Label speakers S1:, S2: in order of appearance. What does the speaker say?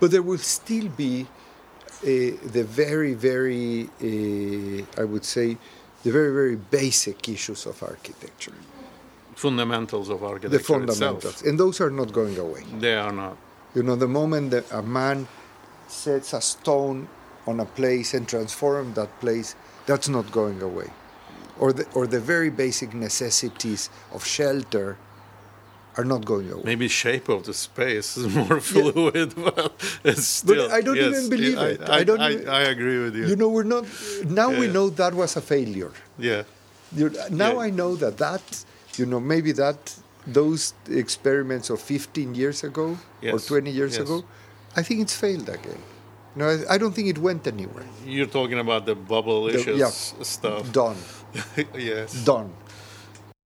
S1: but there will still be uh, the very, very, uh, I would say, the very, very basic issues of architecture,
S2: Fundamentals of architecture
S1: the fundamentals,
S2: itself.
S1: and those are not going away.
S2: They are not.
S1: You know, the moment that a man sets a stone on a place and transforms that place, that's not going away. Or the, or the very basic necessities of shelter are not going away.
S2: Maybe shape of the space is more fluid, but it's still.
S1: I don't
S2: yes,
S1: even believe
S2: I,
S1: it.
S2: I,
S1: I don't
S2: I,
S1: even-
S2: I agree with you.
S1: You know, we're not, now we
S2: Yeah.
S1: know that was a failure.
S2: yeah.
S1: You, uh, now
S2: Yeah.
S1: I know that that, you know, maybe that, those experiments of 15 years ago or
S2: Yes,
S1: 20 years
S2: yes.
S1: ago, I think it's failed again. No, I, I don't think it went anywhere.
S2: You're talking about the bubble
S1: The-
S2: issues
S1: yeah.
S2: stuff.
S1: Done.
S2: yes.
S1: Done.